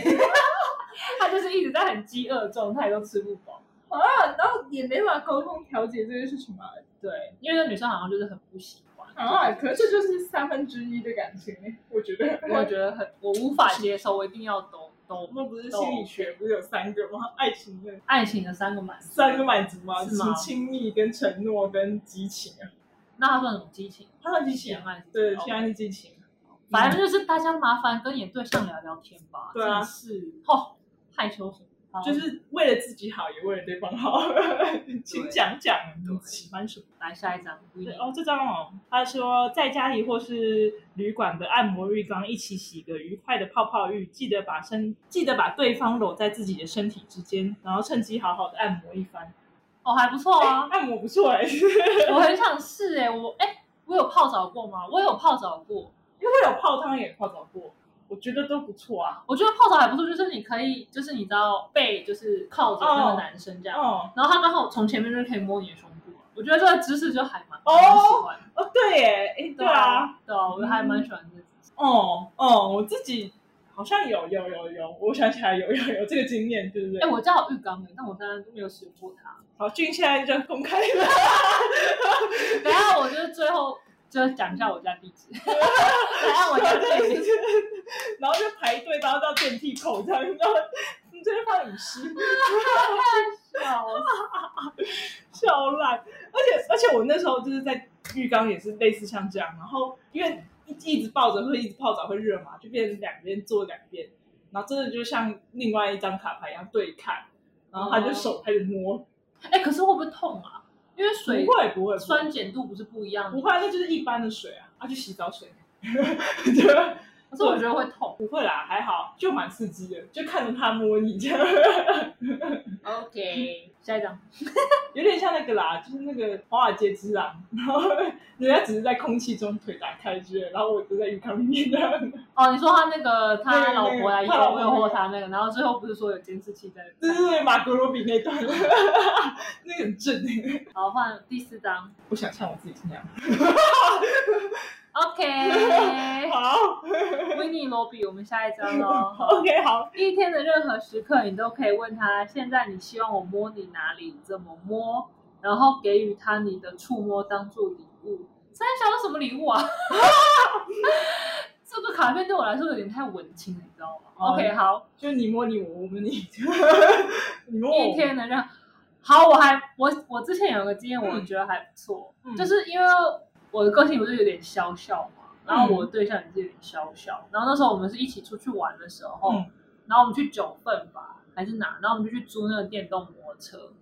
Speaker 1: *laughs* 他就是一直在很饥饿的状态，都吃不饱。
Speaker 2: 啊然后也没办法沟通调解这件事情嘛，
Speaker 1: 对，因为那女生好像就是很不喜欢，
Speaker 2: *laughs* 啊，可是这就是三分之一的感情，我觉得。
Speaker 1: 我觉得很我无法接受，我一定要懂
Speaker 2: 我
Speaker 1: 懂
Speaker 2: 们不是心理学不是有三个吗？爱情的
Speaker 1: 爱情的三个满足。
Speaker 2: 三个满足吗？
Speaker 1: 是吗
Speaker 2: 亲亲密、跟承诺、跟激情啊。
Speaker 1: 那他算什么激情？
Speaker 2: 他算啊激
Speaker 1: 情
Speaker 2: 情，
Speaker 1: 爱是
Speaker 2: 对，
Speaker 1: 哦
Speaker 2: 现在是激情。啊
Speaker 1: 反正就是大家麻烦跟你的对象聊聊天吧。
Speaker 2: 对啊
Speaker 1: 真是哦，害羞什么？
Speaker 2: 就是为了自己好，也为了对方 *laughs* 好。请讲讲你喜欢什么？
Speaker 1: 来下一张，不一
Speaker 2: 对
Speaker 1: 定
Speaker 2: 哦，这张哦，他说在家里或是旅馆的按摩浴缸一起洗个愉快的泡泡浴，记得把身记得把对方搂在自己的身体之间，然后趁机好好的按摩一番。
Speaker 1: 哦，还不错啊，
Speaker 2: 按摩不错哎、 *laughs*
Speaker 1: 我很想试哎，我哎，我有泡澡过吗？我有泡澡过，
Speaker 2: 因为我有泡汤也泡澡过，我觉得都不错啊。
Speaker 1: 我觉得泡澡还不错，就是你可以，就是你知道背就是靠着那个男生这样，
Speaker 2: 哦
Speaker 1: 然后他刚好从前面就可以摸你的胸部，我觉得这个姿势就还蛮
Speaker 2: 哦
Speaker 1: 蛮喜欢的。
Speaker 2: 哦，对耶，哎，对啊，，
Speaker 1: 对啊，我还蛮喜欢这个姿势。
Speaker 2: 哦哦，我自己好像有有有有，我想起来有有有这个经验，对不对？
Speaker 1: 哎，我家有浴缸哎，但我现在都没有使用过它。
Speaker 2: 好，俊现在就公开 *laughs* 了，
Speaker 1: 等一下，我就是最后就是讲一下我家地址， *laughs* 等一下我家
Speaker 2: *laughs*
Speaker 1: 地址，
Speaker 2: 然后就排队，然后到电梯口这样，然后你这边放影师，笑烂。而且而且我那时候就是在浴缸也是类似像这样，然后因为一一直抱着会一直泡澡会热嘛，就变成两边坐两边，然后真的就像另外一张卡牌一样对看，然后他就手开始摸，
Speaker 1: 哎、可是会不会痛啊？因为
Speaker 2: 不
Speaker 1: 水
Speaker 2: 会不会
Speaker 1: 酸碱度不是不一样
Speaker 2: 不
Speaker 1: 的，
Speaker 2: 会，那就是一般的水啊，啊就洗澡水， *laughs* 对，
Speaker 1: 可是我觉得会痛。
Speaker 2: 不会啦，还好，就蛮刺激的，就看着他摸你这样。
Speaker 1: OK，下一嗯张。
Speaker 2: 有点像那个啦，就是那个《华尔街之狼》，然后人家只是在空气中腿打开之类，然后我就在浴缸里面这样，
Speaker 1: 哦，你说他那个他
Speaker 2: 对
Speaker 1: 老婆来诱
Speaker 2: 对他老婆
Speaker 1: 诱惑他那个，然后最后不是说有监视器在？
Speaker 2: 对对对，马格罗比那段， *laughs* 那个很正，
Speaker 1: 好，换第四张。
Speaker 2: 我想像我自己那样。
Speaker 1: OK，
Speaker 2: *laughs* 好
Speaker 1: 维尼罗比，我们下一张喽。
Speaker 2: ，OK，好，
Speaker 1: 一天的任何时刻，你都可以问他：现在你希望我摸你哪里？怎么摸？然后给予他你的触摸当做礼物，三小有什么礼物啊？ *laughs* 这个卡片对我来说有点太文青了，你知道吗、
Speaker 2: 哦
Speaker 1: o k 好，
Speaker 2: 就你摸你，我我摸
Speaker 1: *laughs*
Speaker 2: 你，你摸我
Speaker 1: 一天能让好，我还我我之前有个经验，我
Speaker 2: 哦嗯
Speaker 1: 觉得还不错，
Speaker 2: 嗯
Speaker 1: 就是因为我的个性不是有点消笑嘛，
Speaker 2: 嗯
Speaker 1: 然后我的对象也是有点消笑，然后那时候我们是一起出去玩的时候，
Speaker 2: 嗯
Speaker 1: 然后我们去九份吧还是哪，然后我们就去租那个电动摩托车，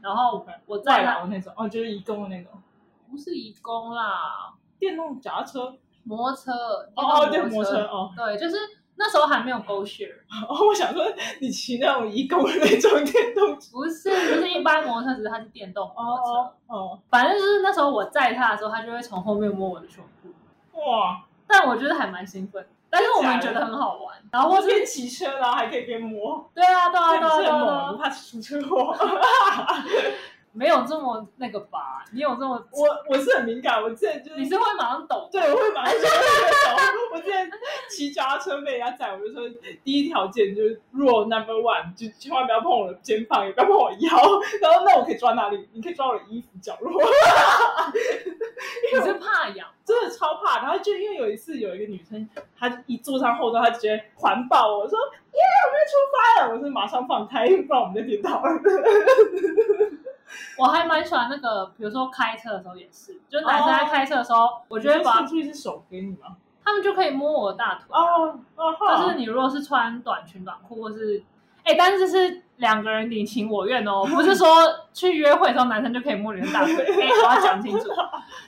Speaker 1: 然后我
Speaker 2: 外
Speaker 1: 在那
Speaker 2: 劳那种，哦，就是移动的那种
Speaker 1: 不是义工啦，
Speaker 2: 电动脚踏车。
Speaker 1: 摩托车，
Speaker 2: 哦，
Speaker 1: 电
Speaker 2: 电
Speaker 1: 动
Speaker 2: 摩托车，哦
Speaker 1: 对，就是那时候还没有 Go Share。
Speaker 2: 哦，我想说你骑那种移工的那种电动车。
Speaker 1: 不是，就是一般摩托车，只是它是电动摩托车。
Speaker 2: 哦哦，
Speaker 1: 反正就是那时候我载它的时候，它就会从后面摸我的胸部，
Speaker 2: 哇！
Speaker 1: 但我觉得还蛮兴奋。但是我们觉得很好玩，然后
Speaker 2: 我
Speaker 1: 或
Speaker 2: 这
Speaker 1: 是
Speaker 2: 边骑车，然后还可以边摸，
Speaker 1: 对啊对啊
Speaker 2: 这
Speaker 1: 对
Speaker 2: 你
Speaker 1: 啊
Speaker 2: 是
Speaker 1: 对
Speaker 2: 很
Speaker 1: 啊
Speaker 2: 猛
Speaker 1: 对
Speaker 2: 啊，
Speaker 1: 啊，
Speaker 2: 不怕出车哦祸。
Speaker 1: 没有这么那个吧？你有这么
Speaker 2: *laughs* 我我是很敏感，我之前就是
Speaker 1: 你是会马上抖
Speaker 2: 对，我会马上就手。我之前骑脚踏车被人家载，我就说第一条件就是 rule number one，就千万不要碰我的肩膀，也不要碰我腰。然后那我可以抓哪里？你可以抓我的衣服角落。
Speaker 1: 你是怕痒？
Speaker 2: 真的超怕。然后就因为有一次有一个女生，她一坐上后座，她直接环抱我，我说耶，我们要出发了。我说马上放开，不然我们就跌倒了。
Speaker 1: 我还蛮喜欢那个，比如说开车的时候也是，就是男生在开车的时候，我觉得把
Speaker 2: 注哦意是手给你吗？
Speaker 1: 他们就可以摸我的大腿。
Speaker 2: 哦哦，
Speaker 1: 就是你如果是穿短裙短裤，或是哎、但是是两个人你情我愿哦，不
Speaker 2: *laughs*
Speaker 1: 是说去约会的时候男生就可以摸你的大腿，哎、我要讲
Speaker 2: *laughs*
Speaker 1: 清楚。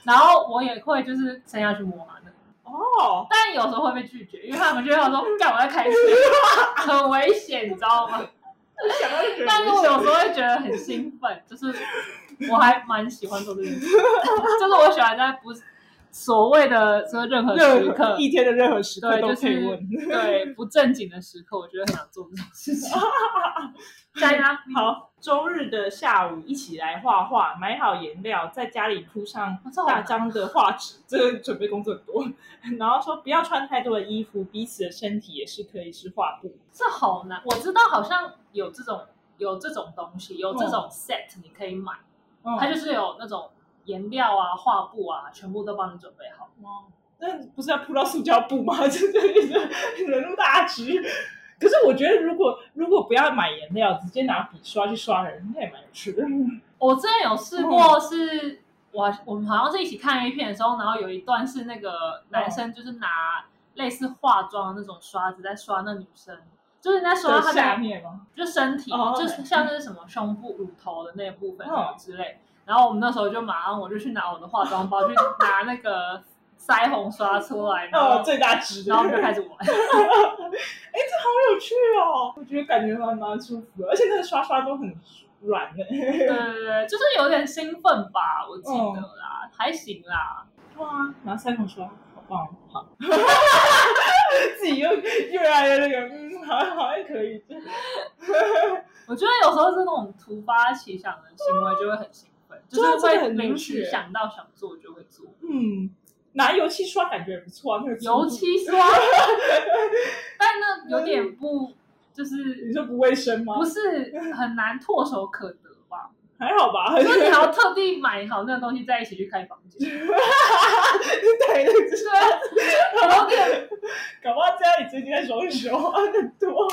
Speaker 1: 然后我也会就是真要去摸他的，
Speaker 2: 哦，
Speaker 1: 但有时候会被拒绝，因为他们就会说干我在开车，
Speaker 2: *laughs*
Speaker 1: 很危险，你知道吗？
Speaker 2: 我想到就觉得
Speaker 1: 但是我有时候会觉得很兴奋，就是我还蛮喜欢做这件事，就是我喜欢在不是所谓的说任何时
Speaker 2: 任
Speaker 1: 刻
Speaker 2: 何。一天的任何时刻
Speaker 1: 对，
Speaker 2: 都
Speaker 1: 就
Speaker 2: 可以
Speaker 1: 是
Speaker 2: 问。
Speaker 1: *laughs*
Speaker 2: *laughs*
Speaker 1: 对不正经的时刻，我觉得很想做这种事情。加压力，
Speaker 2: 好，周日的下午一起来画画，买好颜料，在家里铺上
Speaker 1: 哦这好
Speaker 2: 大
Speaker 1: 难
Speaker 2: 张的画纸， *laughs* 这个准备工作很多。 *laughs* 然后说不要穿太多的衣服，彼此的身体也是可以是画布。
Speaker 1: 这好难。我知道好像有这种有这种东西，有这种 set 你可以买，
Speaker 2: 嗯
Speaker 1: 它就是有那种颜料啊、画布啊，全部都帮你准备好。
Speaker 2: 哦那不是要铺到塑胶布吗？这这人肉大直。 *laughs* 可是我觉得，如果如果不要买颜料，直接拿笔刷去刷人，那也蛮有趣的。
Speaker 1: 我之前有
Speaker 2: 嗯
Speaker 1: 试过是，我我们好像是一起看 A 片的时候，然后有一段是那个
Speaker 2: 嗯
Speaker 1: 男生就是拿类似化妆的那种刷子在刷那女生，就是在刷她
Speaker 2: 就
Speaker 1: 的
Speaker 2: 下面吗？
Speaker 1: 就身体，
Speaker 2: 哦
Speaker 1: 就是像是什么胸部、乳头的那部分什么之类。然后我们那时候就马上，我就去拿我的化妆包，去拿那个 *laughs* 腮红刷出来，然
Speaker 2: 哦，
Speaker 1: 后
Speaker 2: 最大值的。
Speaker 1: 然后我们就开始玩。
Speaker 2: 哎，这 *laughs* 好有趣哦！我觉得感觉蛮蛮舒服的，而且那个刷刷都很软的。
Speaker 1: *laughs* 对对对，就是有点兴奋吧，我记得
Speaker 2: 哦
Speaker 1: 啦，还行啦。
Speaker 2: 哇，拿腮红刷，好棒，啊好。 *laughs* 自己又越来越那个，嗯，好像好像可以。
Speaker 1: 我觉得有时候是那种突发奇想的行为就会很兴奋，就是
Speaker 2: 真的
Speaker 1: 会
Speaker 2: 啊很明
Speaker 1: 临时
Speaker 2: 确
Speaker 1: 想到想做就会做。
Speaker 2: 嗯，拿油漆刷感觉也不错啊，那个粗
Speaker 1: 油
Speaker 2: 布
Speaker 1: 漆
Speaker 2: *laughs*
Speaker 1: 刷，但那有点不，就是
Speaker 2: 你说不卫生吗
Speaker 1: 不？是很难唾手可得吧？
Speaker 2: 还好
Speaker 1: *laughs*
Speaker 2: 吧， *laughs*
Speaker 1: 所以你还要特地买好那个东西，再一起去开房间，
Speaker 2: 对，就是
Speaker 1: 对，有点
Speaker 2: 搞不好家里最近在装修啊，很多。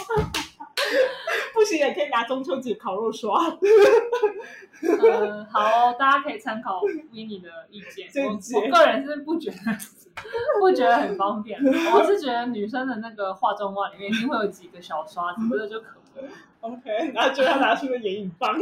Speaker 2: 不行，也可以拿中秋节烤肉刷，
Speaker 1: 呃，好哦、大家可以参考 Winnie 的意见。我
Speaker 2: 正解
Speaker 1: 我个人是不觉得，不觉得很方便。我是觉得女生的那个化妆袜里面一定会有几个小刷子，这个就可以了。
Speaker 2: OK，然后就要拿出了眼影棒。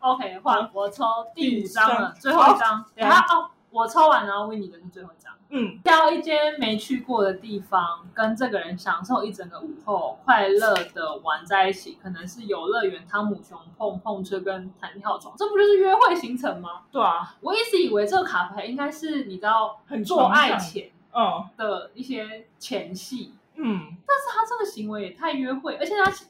Speaker 1: OK，换我抽第五张了，
Speaker 2: 第
Speaker 1: 最
Speaker 2: 五张
Speaker 1: 后一张。
Speaker 2: 对
Speaker 1: 等一下哦，我抽完然后 Winnie 的是最后一张。
Speaker 2: 嗯，
Speaker 1: 挑一间没去过的地方，跟这个人享受一整个午后，快乐的玩在一起，可能是游乐园、汤姆熊碰碰车跟弹跳床，这不就是约会行程吗？
Speaker 2: 对啊，
Speaker 1: 我一直以为这个卡牌应该是你知道
Speaker 2: 很
Speaker 1: 做
Speaker 2: 崇尚
Speaker 1: 爱前
Speaker 2: 嗯
Speaker 1: 的一些前戏，
Speaker 2: 嗯，
Speaker 1: 但是他这个行为也太约会，而且他就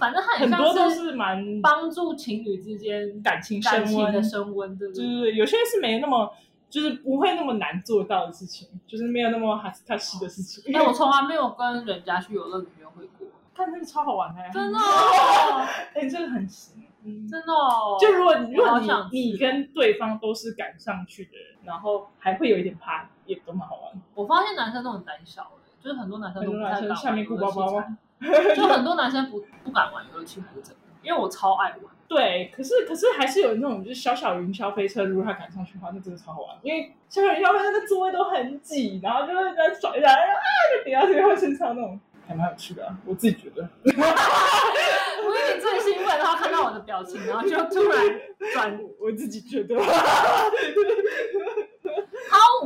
Speaker 1: 反正他
Speaker 2: 很多
Speaker 1: 像
Speaker 2: 都是蛮
Speaker 1: 帮助情侣之间
Speaker 2: 感情
Speaker 1: 感
Speaker 2: 升
Speaker 1: 情
Speaker 2: 温
Speaker 1: 的，升温，嗯对不
Speaker 2: 就
Speaker 1: 对？
Speaker 2: 是有些是没那么，就是不会那么难做到的事情，就是没有那么哈斯卡西的事情。
Speaker 1: 哎、我从来没有跟人家去游乐园约会过，
Speaker 2: 看这个超好玩的，
Speaker 1: *laughs* 真的、啊
Speaker 2: 哎，这个很行，嗯
Speaker 1: 真的哦，
Speaker 2: 就如果你如
Speaker 1: 我
Speaker 2: 果
Speaker 1: 好
Speaker 2: 你
Speaker 1: 想
Speaker 2: 你
Speaker 1: 吃
Speaker 2: 跟对方都是赶上去的人，然后还会有一点怕，也都蛮好玩。
Speaker 1: 我发现男生都很胆小欸，就是很多男生
Speaker 2: 很
Speaker 1: 都
Speaker 2: 多
Speaker 1: 不太
Speaker 2: 男
Speaker 1: 敢
Speaker 2: 生下
Speaker 1: 玩
Speaker 2: 面
Speaker 1: 游
Speaker 2: 顾
Speaker 1: 乐
Speaker 2: 包
Speaker 1: 器
Speaker 2: 包
Speaker 1: 材
Speaker 2: 吗？
Speaker 1: 就很多男生不不敢玩游乐器材是真的，因为我超爱
Speaker 2: *laughs*
Speaker 1: 玩。
Speaker 2: 对，可是可是还是有那种就是小小云霄飞车，如果他赶上去的话，那真的超好玩，因为小小云霄飞车的座位都很挤，然后就会在甩一下，然后啊就顶到对方身上那种，还蛮有趣的啊、我自己觉得。
Speaker 1: 我以为你最兴奋，然后看到我的表情，然后就突然转
Speaker 2: 我我自己
Speaker 1: *laughs*
Speaker 2: 觉得， *laughs*
Speaker 1: 抛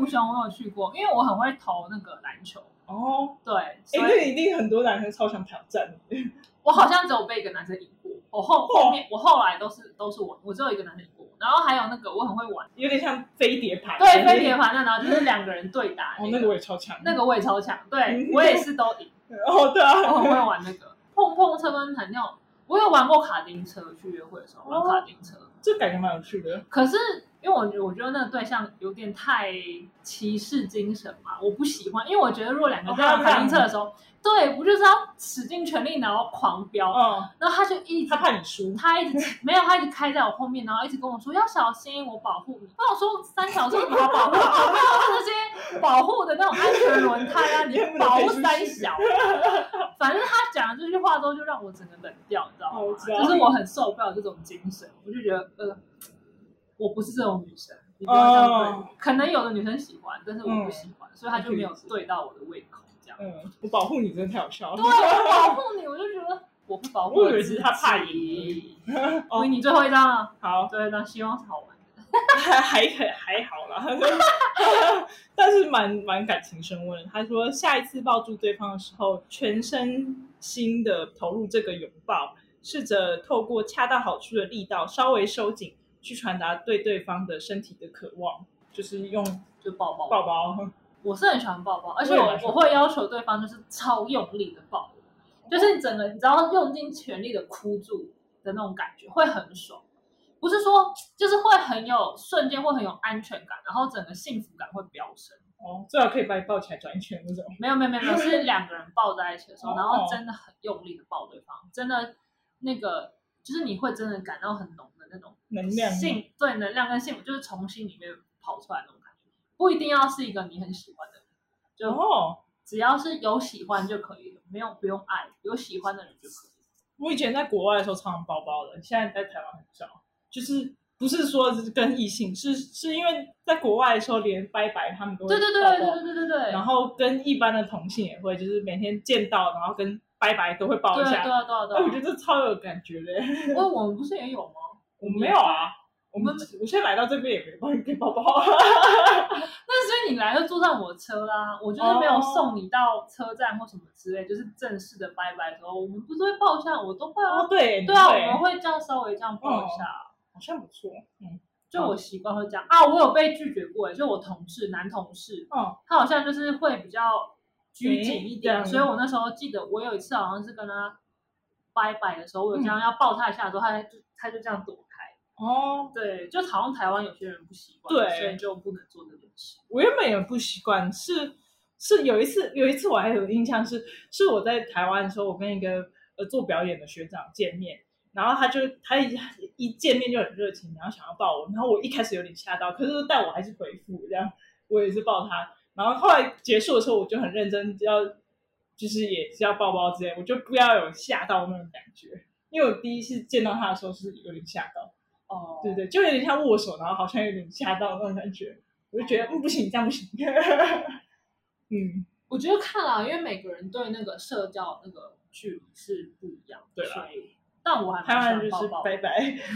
Speaker 1: 无熊，我有去过，因为我很会投那个篮球，
Speaker 2: 哦，
Speaker 1: 对，
Speaker 2: 哎、
Speaker 1: 所以
Speaker 2: 这一定很多男生超想挑战的，
Speaker 1: 我好像只有被一个男生赢过。我后后面我后来都是都是我，我只有一个男生赢过。然后还有那个我很会玩，
Speaker 2: 有点像飞碟盘。
Speaker 1: 对飞碟。盘那，然后就是两个人对打
Speaker 2: 哦，
Speaker 1: 那
Speaker 2: 那个
Speaker 1: 个，
Speaker 2: 我也超强。
Speaker 1: 那个我也超强，
Speaker 2: *laughs*
Speaker 1: 对我也是都赢。
Speaker 2: 哦，对啊。
Speaker 1: *laughs* 我很会玩那个碰碰车跟弹跳，我有玩过卡丁车，去约会的时候玩卡丁车。
Speaker 2: *laughs* 这感觉蛮有趣的。
Speaker 1: 可是因为我觉我觉得那个对象有点太骑士精神嘛，我不喜欢，因为我觉得如果两个人在玩卡丁车的时候，对，不就是要使尽全力然后狂飙，
Speaker 2: 嗯，
Speaker 1: 然哦后他就一直
Speaker 2: 他。怕你输，
Speaker 1: 他一直没有，他一直开在我后面，然后一直跟我说要小心，我保护你。跟我说三小时你要保护我，我没有那些保护的那种安全轮胎
Speaker 2: *laughs*
Speaker 1: 啊，你
Speaker 2: 你也不能
Speaker 1: 保护
Speaker 2: 飞出去
Speaker 1: 三小。啊反正他讲了这句话之后，就让我整个冷掉，你知道吗？
Speaker 2: 哦我知道
Speaker 1: 就是我很受不了这种精神，我就觉得呃，我不是这种女生，你不要这样对
Speaker 2: 哦
Speaker 1: 我。可能有的女生喜欢，但是我不喜欢，所以他就没有对到我的胃口，这样。
Speaker 2: 嗯，我保护你真的太好笑了。
Speaker 1: 对，啊我保护你，我就觉得 *laughs* 我不保护
Speaker 2: 我以为
Speaker 1: 自
Speaker 2: 是他
Speaker 1: 己
Speaker 2: 怕
Speaker 1: *laughs*
Speaker 2: 赢。
Speaker 1: 所以
Speaker 2: 哦，
Speaker 1: 你最后一张了，
Speaker 2: 好， *laughs*
Speaker 1: 最后一张希望是好玩的。
Speaker 2: 还还还好啦， *laughs* 但是蛮蛮感情升温的。他说，下一次抱住对方的时候，全身心的投入这个拥抱，试着透过恰到好处的力道稍微收紧，去传达对对方的身体的渴望，就是用
Speaker 1: 就抱抱，
Speaker 2: 抱抱。
Speaker 1: 我是很喜欢抱抱，而且
Speaker 2: 我也
Speaker 1: 我
Speaker 2: 蛮喜欢
Speaker 1: 我会要求对方就是超用力的抱我，就是你整个你只要用尽全力的哭住的那种感觉，会很爽。不是说就是会很有瞬间会很有安全感，然后整个幸福感会飙升。
Speaker 2: 哦，最好可以把你抱起来转一圈那种。
Speaker 1: 没有没有没有没有，是两个人抱在一起的时候，然
Speaker 2: 哦
Speaker 1: 后真的很用力的抱对方，真的那个就是你会真的感到很浓的那种
Speaker 2: 能量吗
Speaker 1: 幸对能量跟幸福，就是从心里面跑出来那种感觉，不一定要是一个你很喜欢的人，就
Speaker 2: 哦，
Speaker 1: 只要是有喜欢就可以了，没有不用爱，有喜欢的人就可以了。
Speaker 2: 我以前在国外的时候常常包包的，现在在台湾很少。就是不是说是跟异性，是是因为在国外的时候，连拜拜他们都会
Speaker 1: 对对对
Speaker 2: 抱抱
Speaker 1: 对对对对对，啊
Speaker 2: 然后跟一般的同性也会，就是每天见到，然后跟拜拜都会抱
Speaker 1: 对
Speaker 2: 一
Speaker 1: 啊对
Speaker 2: 下。
Speaker 1: 啊对啊
Speaker 2: 哎，我觉
Speaker 1: 对啊，
Speaker 2: 得这超有感觉的。
Speaker 1: 因为我们不是也有吗？
Speaker 2: 我没有啊，我们
Speaker 1: 嗯
Speaker 2: 我现在来到这边也没帮你给抱抱啊。
Speaker 1: 那所以你来就坐上我车啦，我就是没
Speaker 2: 哦
Speaker 1: 有送你到车站或什么之类，就是正式的拜拜的时候，我们不是会抱一下，我都会啊。
Speaker 2: 哦，对，
Speaker 1: 对啊，
Speaker 2: 你
Speaker 1: 我
Speaker 2: 会
Speaker 1: 们会这样稍微这样抱一下，
Speaker 2: 好像不错。嗯，
Speaker 1: 就我习惯会这样啊。我有被拒绝过耶，欸就我同事男同事，
Speaker 2: 哦，
Speaker 1: 他好像就是会比较拘谨一点，
Speaker 2: 嗯
Speaker 1: 所以我那时候记得我有一次好像是跟他拜拜的时候，
Speaker 2: 嗯
Speaker 1: 我有这样要抱他一下的时候，他就他就这样躲开。
Speaker 2: 哦，
Speaker 1: 对，就好像台湾有些人不习惯，
Speaker 2: 对
Speaker 1: 所以就不能做这件事。
Speaker 2: 我原本也不习惯，是是有一次有一次我还有印象是是我在台湾的时候，我跟一个呃做表演的学长见面，然后他就他一一见面就很热情，然后想要抱我，然后我一开始有点吓到，可是但我还是回复这样，我也是抱他，然后后来结束的时候我就很认真要就是也是要抱抱之类，我就不要有吓到那种感觉。因为我第一次见到他的时候是有点吓到，
Speaker 1: 哦
Speaker 2: 对对，就有点像握手，然后好像有点吓到那种感觉。我就觉得嗯不行，这样不行。 *laughs* 嗯，
Speaker 1: 我觉得看啦，因为每个人对那个社交那个距离是不一样的，
Speaker 2: 对啦
Speaker 1: 所以但我还
Speaker 2: 台湾
Speaker 1: 蛮
Speaker 2: 人
Speaker 1: 喜
Speaker 2: 就
Speaker 1: 欢
Speaker 2: 是
Speaker 1: 抱抱。
Speaker 2: 拜拜，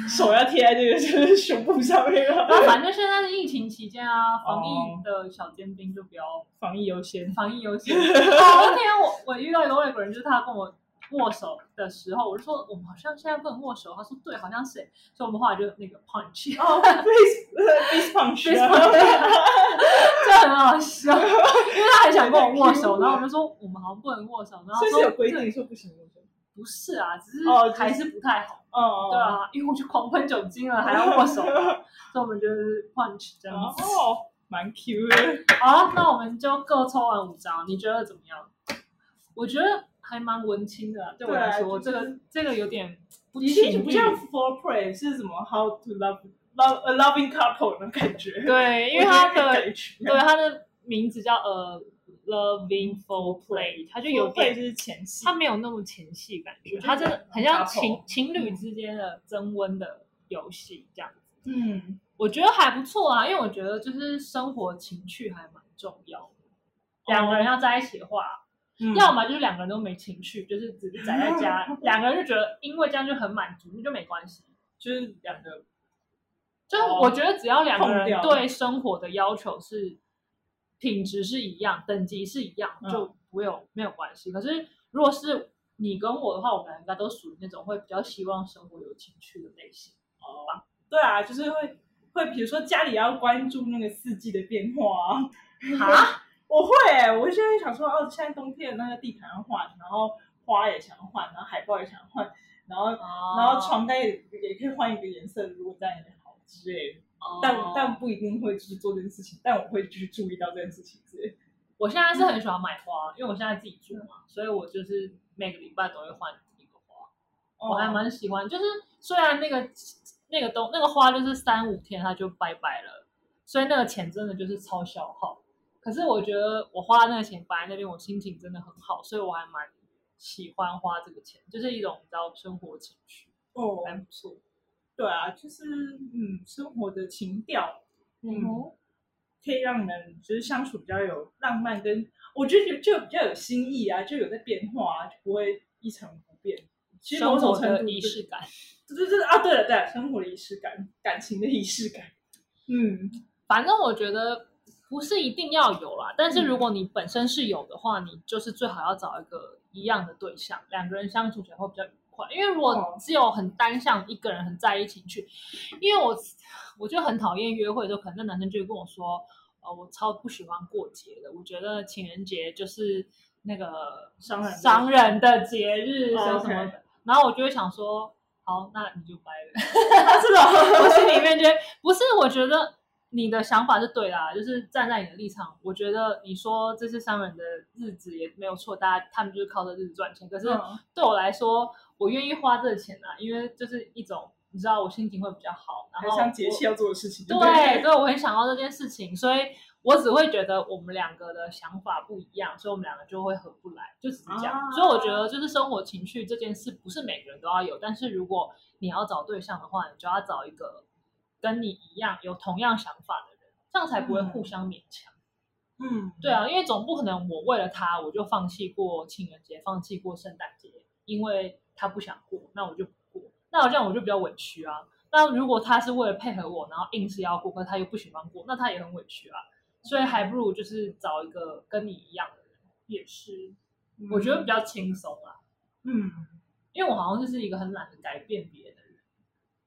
Speaker 2: 手要贴在这个就是胸部上面
Speaker 1: 然后
Speaker 2: 了。
Speaker 1: 啊反正现在是疫情期间啊，防
Speaker 2: 哦
Speaker 1: 疫的小尖兵就不要
Speaker 2: 防疫优先。
Speaker 1: 防疫优先。哦那天我我遇到一个外国人，就是他跟我握手的时候，我就说我们好像现在不能握手，他说对，好像是，所以我们后来就那个 punch，
Speaker 2: 哦，face
Speaker 1: *laughs*
Speaker 2: *laughs* face
Speaker 1: fist
Speaker 2: punch 啊
Speaker 1: punch 这很好笑，因为他很想跟我握手，然后我们说我们好像不能握手，然后
Speaker 2: 所
Speaker 1: 他
Speaker 2: 以是
Speaker 1: 说
Speaker 2: 有规定
Speaker 1: 对
Speaker 2: 说不行的。
Speaker 1: 不是啊，只
Speaker 2: 哦就是是
Speaker 1: 还是不太好。
Speaker 2: 哦哦，
Speaker 1: 对啊，因为我去狂喷酒精
Speaker 2: *laughs*
Speaker 1: 了，还要握手，所以我们就是 punch 这样
Speaker 2: 哦，
Speaker 1: 子。啊
Speaker 2: 哦，蛮 Q 的。
Speaker 1: 好，那我们就各抽完五张，你觉得怎么样？我觉得还蛮文青的啊、对我
Speaker 2: 对啊
Speaker 1: 来说，这
Speaker 2: 就是
Speaker 1: 个这个有点不
Speaker 2: 你是
Speaker 1: 情
Speaker 2: 不
Speaker 1: 欲。
Speaker 2: 像 foreplay 是什么 how to love love a loving couple 那种感觉，
Speaker 1: 对，因为
Speaker 2: 我觉得
Speaker 1: 他
Speaker 2: 那
Speaker 1: 的
Speaker 2: 感觉
Speaker 1: 对他的名字叫呃 Loving for Play，他就有
Speaker 2: foreplay
Speaker 1: 点
Speaker 2: 就是前戏
Speaker 1: 他，没有那么前戏感觉，
Speaker 2: 我觉得
Speaker 1: 他真的很像情
Speaker 2: couple
Speaker 1: 情侣之间的增温的游戏这样子。
Speaker 2: 嗯，
Speaker 1: 我觉得还不错啊，因为我觉得就是生活情趣还蛮重要的。两个人要在一起的话，
Speaker 2: 嗯
Speaker 1: 要么就是两个人都没情趣，就是只是宅在
Speaker 2: *laughs*
Speaker 1: 家，两个人就觉得因为这样就很满足，那就没关系。
Speaker 2: 就是两个
Speaker 1: 就是
Speaker 2: 哦
Speaker 1: 我觉得只要两个
Speaker 2: 碰
Speaker 1: 人
Speaker 2: 掉
Speaker 1: 对生活的要求是品质是一样，等级是一样，
Speaker 2: 嗯
Speaker 1: 就不会有没有关系。可是如果是你跟我的话，我们两个都属于那种会比较希望生活有情趣的类型。
Speaker 2: 对啊，就是会会比如说家里要关注那个四季的变化啊，
Speaker 1: 啊，
Speaker 2: *laughs* 我会、欸，我现在想说，哦，现在冬天的那个地毯要换，然后花也想换，然后海报也想换，然后、
Speaker 1: 哦
Speaker 2: 然后床单也也可以换一个颜色，如果这样也好之类的。
Speaker 1: 哦，
Speaker 2: 但、但不一定会去做这件事情，但我会去注意到这件事情之类的。
Speaker 1: 我现在是
Speaker 2: 嗯
Speaker 1: 很喜欢买花，因为我现在自己住嘛，所以我就是每个礼拜都会换一个花。我
Speaker 2: 哦
Speaker 1: 还蛮喜欢，就是虽然那个那个东那个花就是三五天它就拜拜了，所以那个钱真的就是超消耗。可是我觉得我花那个钱摆在那边，我心情真的很好，所以我还蛮喜欢花这个钱，就是一种你知道生活情趣，
Speaker 2: 哦，
Speaker 1: 还不错。
Speaker 2: 对啊，就是嗯，生活的情调，
Speaker 1: 嗯，
Speaker 2: 可以让人就是相处比较有浪漫跟，我就觉得就比较有新意啊，就有在变化啊，就不会一成不变。其实某
Speaker 1: 生
Speaker 2: 种
Speaker 1: 活
Speaker 2: 程
Speaker 1: 的
Speaker 2: 度
Speaker 1: 仪
Speaker 2: 就
Speaker 1: 式感。
Speaker 2: 对对对啊，对了对了，生活的仪式感，感情的仪式感。嗯，
Speaker 1: 反正我觉得不是一定要有啦，
Speaker 2: 嗯
Speaker 1: 但是如果你本身是有的话，你就是最好要找一个一样的对象，两个人相处起来会比较愉快。因为如果
Speaker 2: 哦
Speaker 1: 只有很单向一个人很在意情趣，因为我我就很讨厌约会的时候，可能那男生就会跟我说，呃，我超不喜欢过节的，我觉得情人节就是那个
Speaker 2: 商人的
Speaker 1: 商人的节日
Speaker 2: 哦
Speaker 1: 什么什么的
Speaker 2: OK
Speaker 1: 然后我就会想说，好，那你就掰了。
Speaker 2: *laughs* 是的，
Speaker 1: 我心里面觉得不是，我觉得你的想法是对的、啊，就是站在你的立场，我觉得你说这是商人的日子也没有错，大家他们就是靠着日子赚钱。可是
Speaker 2: 嗯
Speaker 1: 对我来说，我愿意花这个钱啊，因为就是一种你知道我心情会比较好，然
Speaker 2: 很
Speaker 1: 后
Speaker 2: 像节
Speaker 1: 我
Speaker 2: 气要做的事情。不
Speaker 1: 对，，所以我很想到这件事情，所以我只会觉得我们两个的想法不一样，所以我们两个就会合不来，就只是这样。
Speaker 2: 啊
Speaker 1: 所以我觉得就是生活情趣这件事，不是每个人都要有，但是如果你要找对象的话，你就要找一个跟你一样有同样想法的人，这样才不会互相勉强。
Speaker 2: 嗯，
Speaker 1: 对啊，因为总不可能我为了他，我就放弃过情人节，放弃过圣诞节，因为他不想过，那我就不过。那好像我就比较委屈啊。那如果他是为了配合我，然后硬是要过，可是他又不喜欢过，那他也很委屈啊。所以还不如就是找一个跟你一样的人，也是，
Speaker 2: 嗯
Speaker 1: 我觉得比较轻松啊。
Speaker 2: 嗯，
Speaker 1: 因为我好像就是一个很懒得改变别人的人。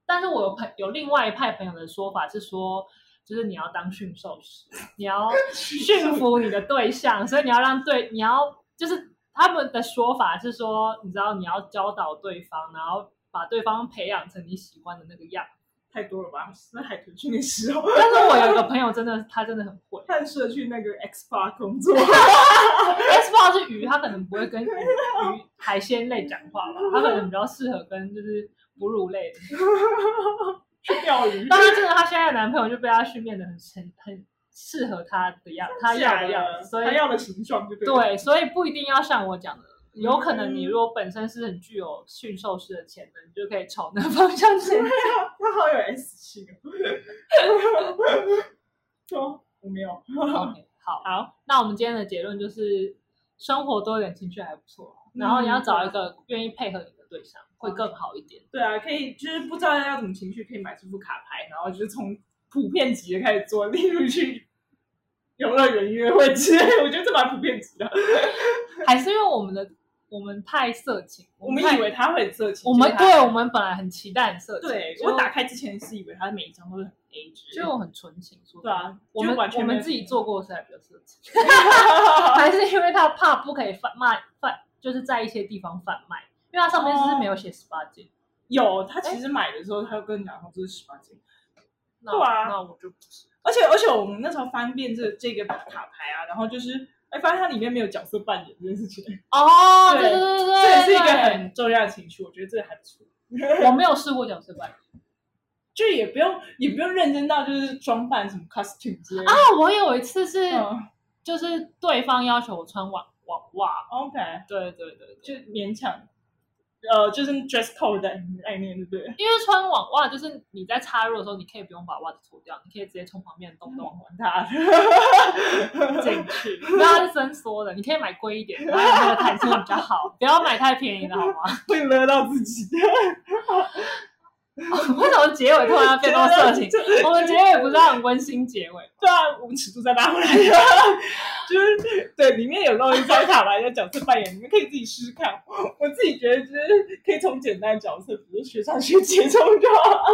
Speaker 1: 但是我有朋有另外一派朋友的说法是说，就是你要当驯兽师，你要驯服你的对象，所以你要让对你要就是他们的说法是说，你知道你要教导对方，然后把对方培养成你喜欢的那个样。
Speaker 2: 太多了吧？那海豚去那时候，
Speaker 1: 但是我有一个朋友真的他真的很会
Speaker 2: 哦 *laughs* 探社去那个 X Bar 工作。 *laughs*
Speaker 1: ，S 不知道是鱼，他可能不会跟鱼鱼海鲜类讲话吧，他可能比较适合跟就是哺乳类的
Speaker 2: 去钓
Speaker 1: *laughs*
Speaker 2: 鱼，
Speaker 1: 但是真的，她现在的男朋友就被她训练的很很很适合她的样，她要的样子，所以
Speaker 2: 他要的嗯形状就对了。
Speaker 1: 对，所以不一定要像我讲的，有可能你如果本身是很具有驯兽师的潜能，你就可以朝那方向前
Speaker 2: *laughs*
Speaker 1: 进。
Speaker 2: 他好有 S 型哦。 *laughs* 说我没有，
Speaker 1: OK，好，
Speaker 2: 好，
Speaker 1: 那我们今天的结论就是，生活多一点情趣还不错，
Speaker 2: 嗯
Speaker 1: 然后你要找一个愿意配合你的对象，会更好一点。
Speaker 2: 对啊，可以就是不知道要怎么情绪，可以买这副卡牌，然后就是从普遍级的开始做，例如去 *laughs* 游乐园约会之类，我觉得这蛮普遍级的。
Speaker 1: 还是因为我们的我们太色情，
Speaker 2: 我们
Speaker 1: 太
Speaker 2: 以为他会色情，
Speaker 1: 我们
Speaker 2: 结果
Speaker 1: 对我们本来很期待很色
Speaker 2: 他
Speaker 1: 情，
Speaker 2: 对
Speaker 1: 结果
Speaker 2: 我打开之前是以为他每一张都是很 A 值，
Speaker 1: 就很纯情，说
Speaker 2: 对啊，
Speaker 1: 我们
Speaker 2: 就完全
Speaker 1: 我们
Speaker 2: 没
Speaker 1: 自己做过的事还比较色
Speaker 2: *laughs*
Speaker 1: 情，还是因为他怕不可以贩卖贩，就是在一些地方贩卖，因为它上面是没有写十八禁。
Speaker 2: 有他其实买的时候，他就跟你讲说这是十八禁。
Speaker 1: 那
Speaker 2: 对啊
Speaker 1: 那我就不是。
Speaker 2: 而且而且我们那时候翻遍这这个卡牌啊，然后就是哎，发现它里面没有角色扮演这件事情，
Speaker 1: 哦，对
Speaker 2: 对
Speaker 1: 对对对，
Speaker 2: 这也是一个
Speaker 1: 对
Speaker 2: 很重要的情绪，我觉得这个还不错。
Speaker 1: 我没有试过角色扮演
Speaker 2: 就也不用也不用认真到就是装扮什么 costume 之类的。
Speaker 1: 啊，我有一次是、
Speaker 2: 嗯
Speaker 1: 就是对方要求我穿网网袜，
Speaker 2: ，OK，
Speaker 1: 对对对对，
Speaker 2: 就勉强，呃，就是 dress code 的概念，对不对？
Speaker 1: 因为穿网袜就是你在插入的时候，你可以不用把袜子脱掉，你可以直接从旁边的洞
Speaker 2: *laughs*
Speaker 1: 洞
Speaker 2: 管他，
Speaker 1: 进去，不要是伸缩的，你可以买贵一点，然后那个弹性会比较好，不要买太便宜的好吗？
Speaker 2: *laughs* 会勒到自己。
Speaker 1: *laughs* 为什么结尾突然
Speaker 2: 啊
Speaker 1: 要变那么色
Speaker 2: *laughs*
Speaker 1: 情？我们结尾不是很温馨结尾吗？
Speaker 2: 对啊，我们尺度再拉回 *laughs* 来，就是对，里面有露一张卡牌的角色扮演，你们可以自己试试看。我自己觉得就是可以从简单的角色，比如学长学姐这种就好，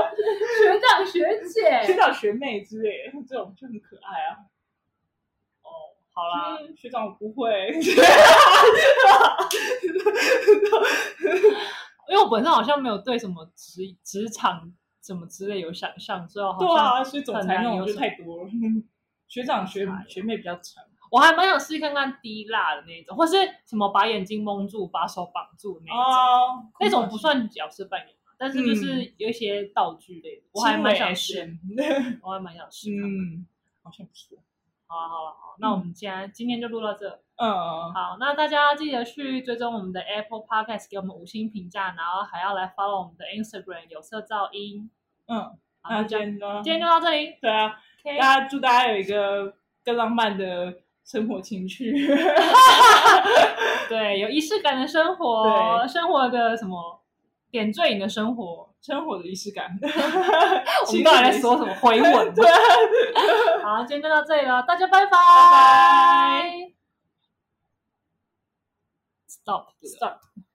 Speaker 3: 学长学
Speaker 2: 学
Speaker 3: 姐，
Speaker 2: 长学妹之类的，这种就很可爱啊。
Speaker 1: 哦，好啦，
Speaker 2: 嗯学长我不会，
Speaker 1: 啊因为我本身好像没有对什么职职场什么之类有想象，所以我好
Speaker 2: *laughs* 对
Speaker 1: 像、
Speaker 2: 啊，所以总裁那种就太多了。学长学
Speaker 1: 啊
Speaker 2: 学妹比较长，
Speaker 1: 我还蛮想试看看滴蜡的那种，或是什么把眼睛蒙住、把手绑住那种，
Speaker 2: 哦，
Speaker 1: 那种不算角色扮演嘛，但是就是有一些道具类的，我还蛮想试，
Speaker 2: 深。
Speaker 1: 我还蛮想试看。
Speaker 2: *laughs* 嗯，好像不错。
Speaker 1: 好了好了好，那我们今天、今天就录到这。
Speaker 2: 嗯，
Speaker 1: 好，那大家记得去追踪我们的 Apple Podcast，给我们五星评价，然后还要来 follow 我们的 Instagram 有色噪音。
Speaker 2: 嗯，
Speaker 1: 好，
Speaker 2: 那
Speaker 1: 那这
Speaker 2: 今
Speaker 1: 样
Speaker 2: 天呢？
Speaker 1: 今天就到这里。
Speaker 2: 对啊，
Speaker 1: OK，
Speaker 2: 大家祝大家有一个更浪漫的生活情趣。
Speaker 1: 对，有仪式感的生活，生活的什么点缀你的生活。
Speaker 2: 生活的仪式感，
Speaker 1: *laughs* 我
Speaker 2: 我
Speaker 1: 们到底在说什么回 *laughs* 吻？
Speaker 2: 对啊，
Speaker 1: 好，今天就到这里了，大家拜拜。
Speaker 2: 拜
Speaker 1: Stop，Stop。
Speaker 2: Stop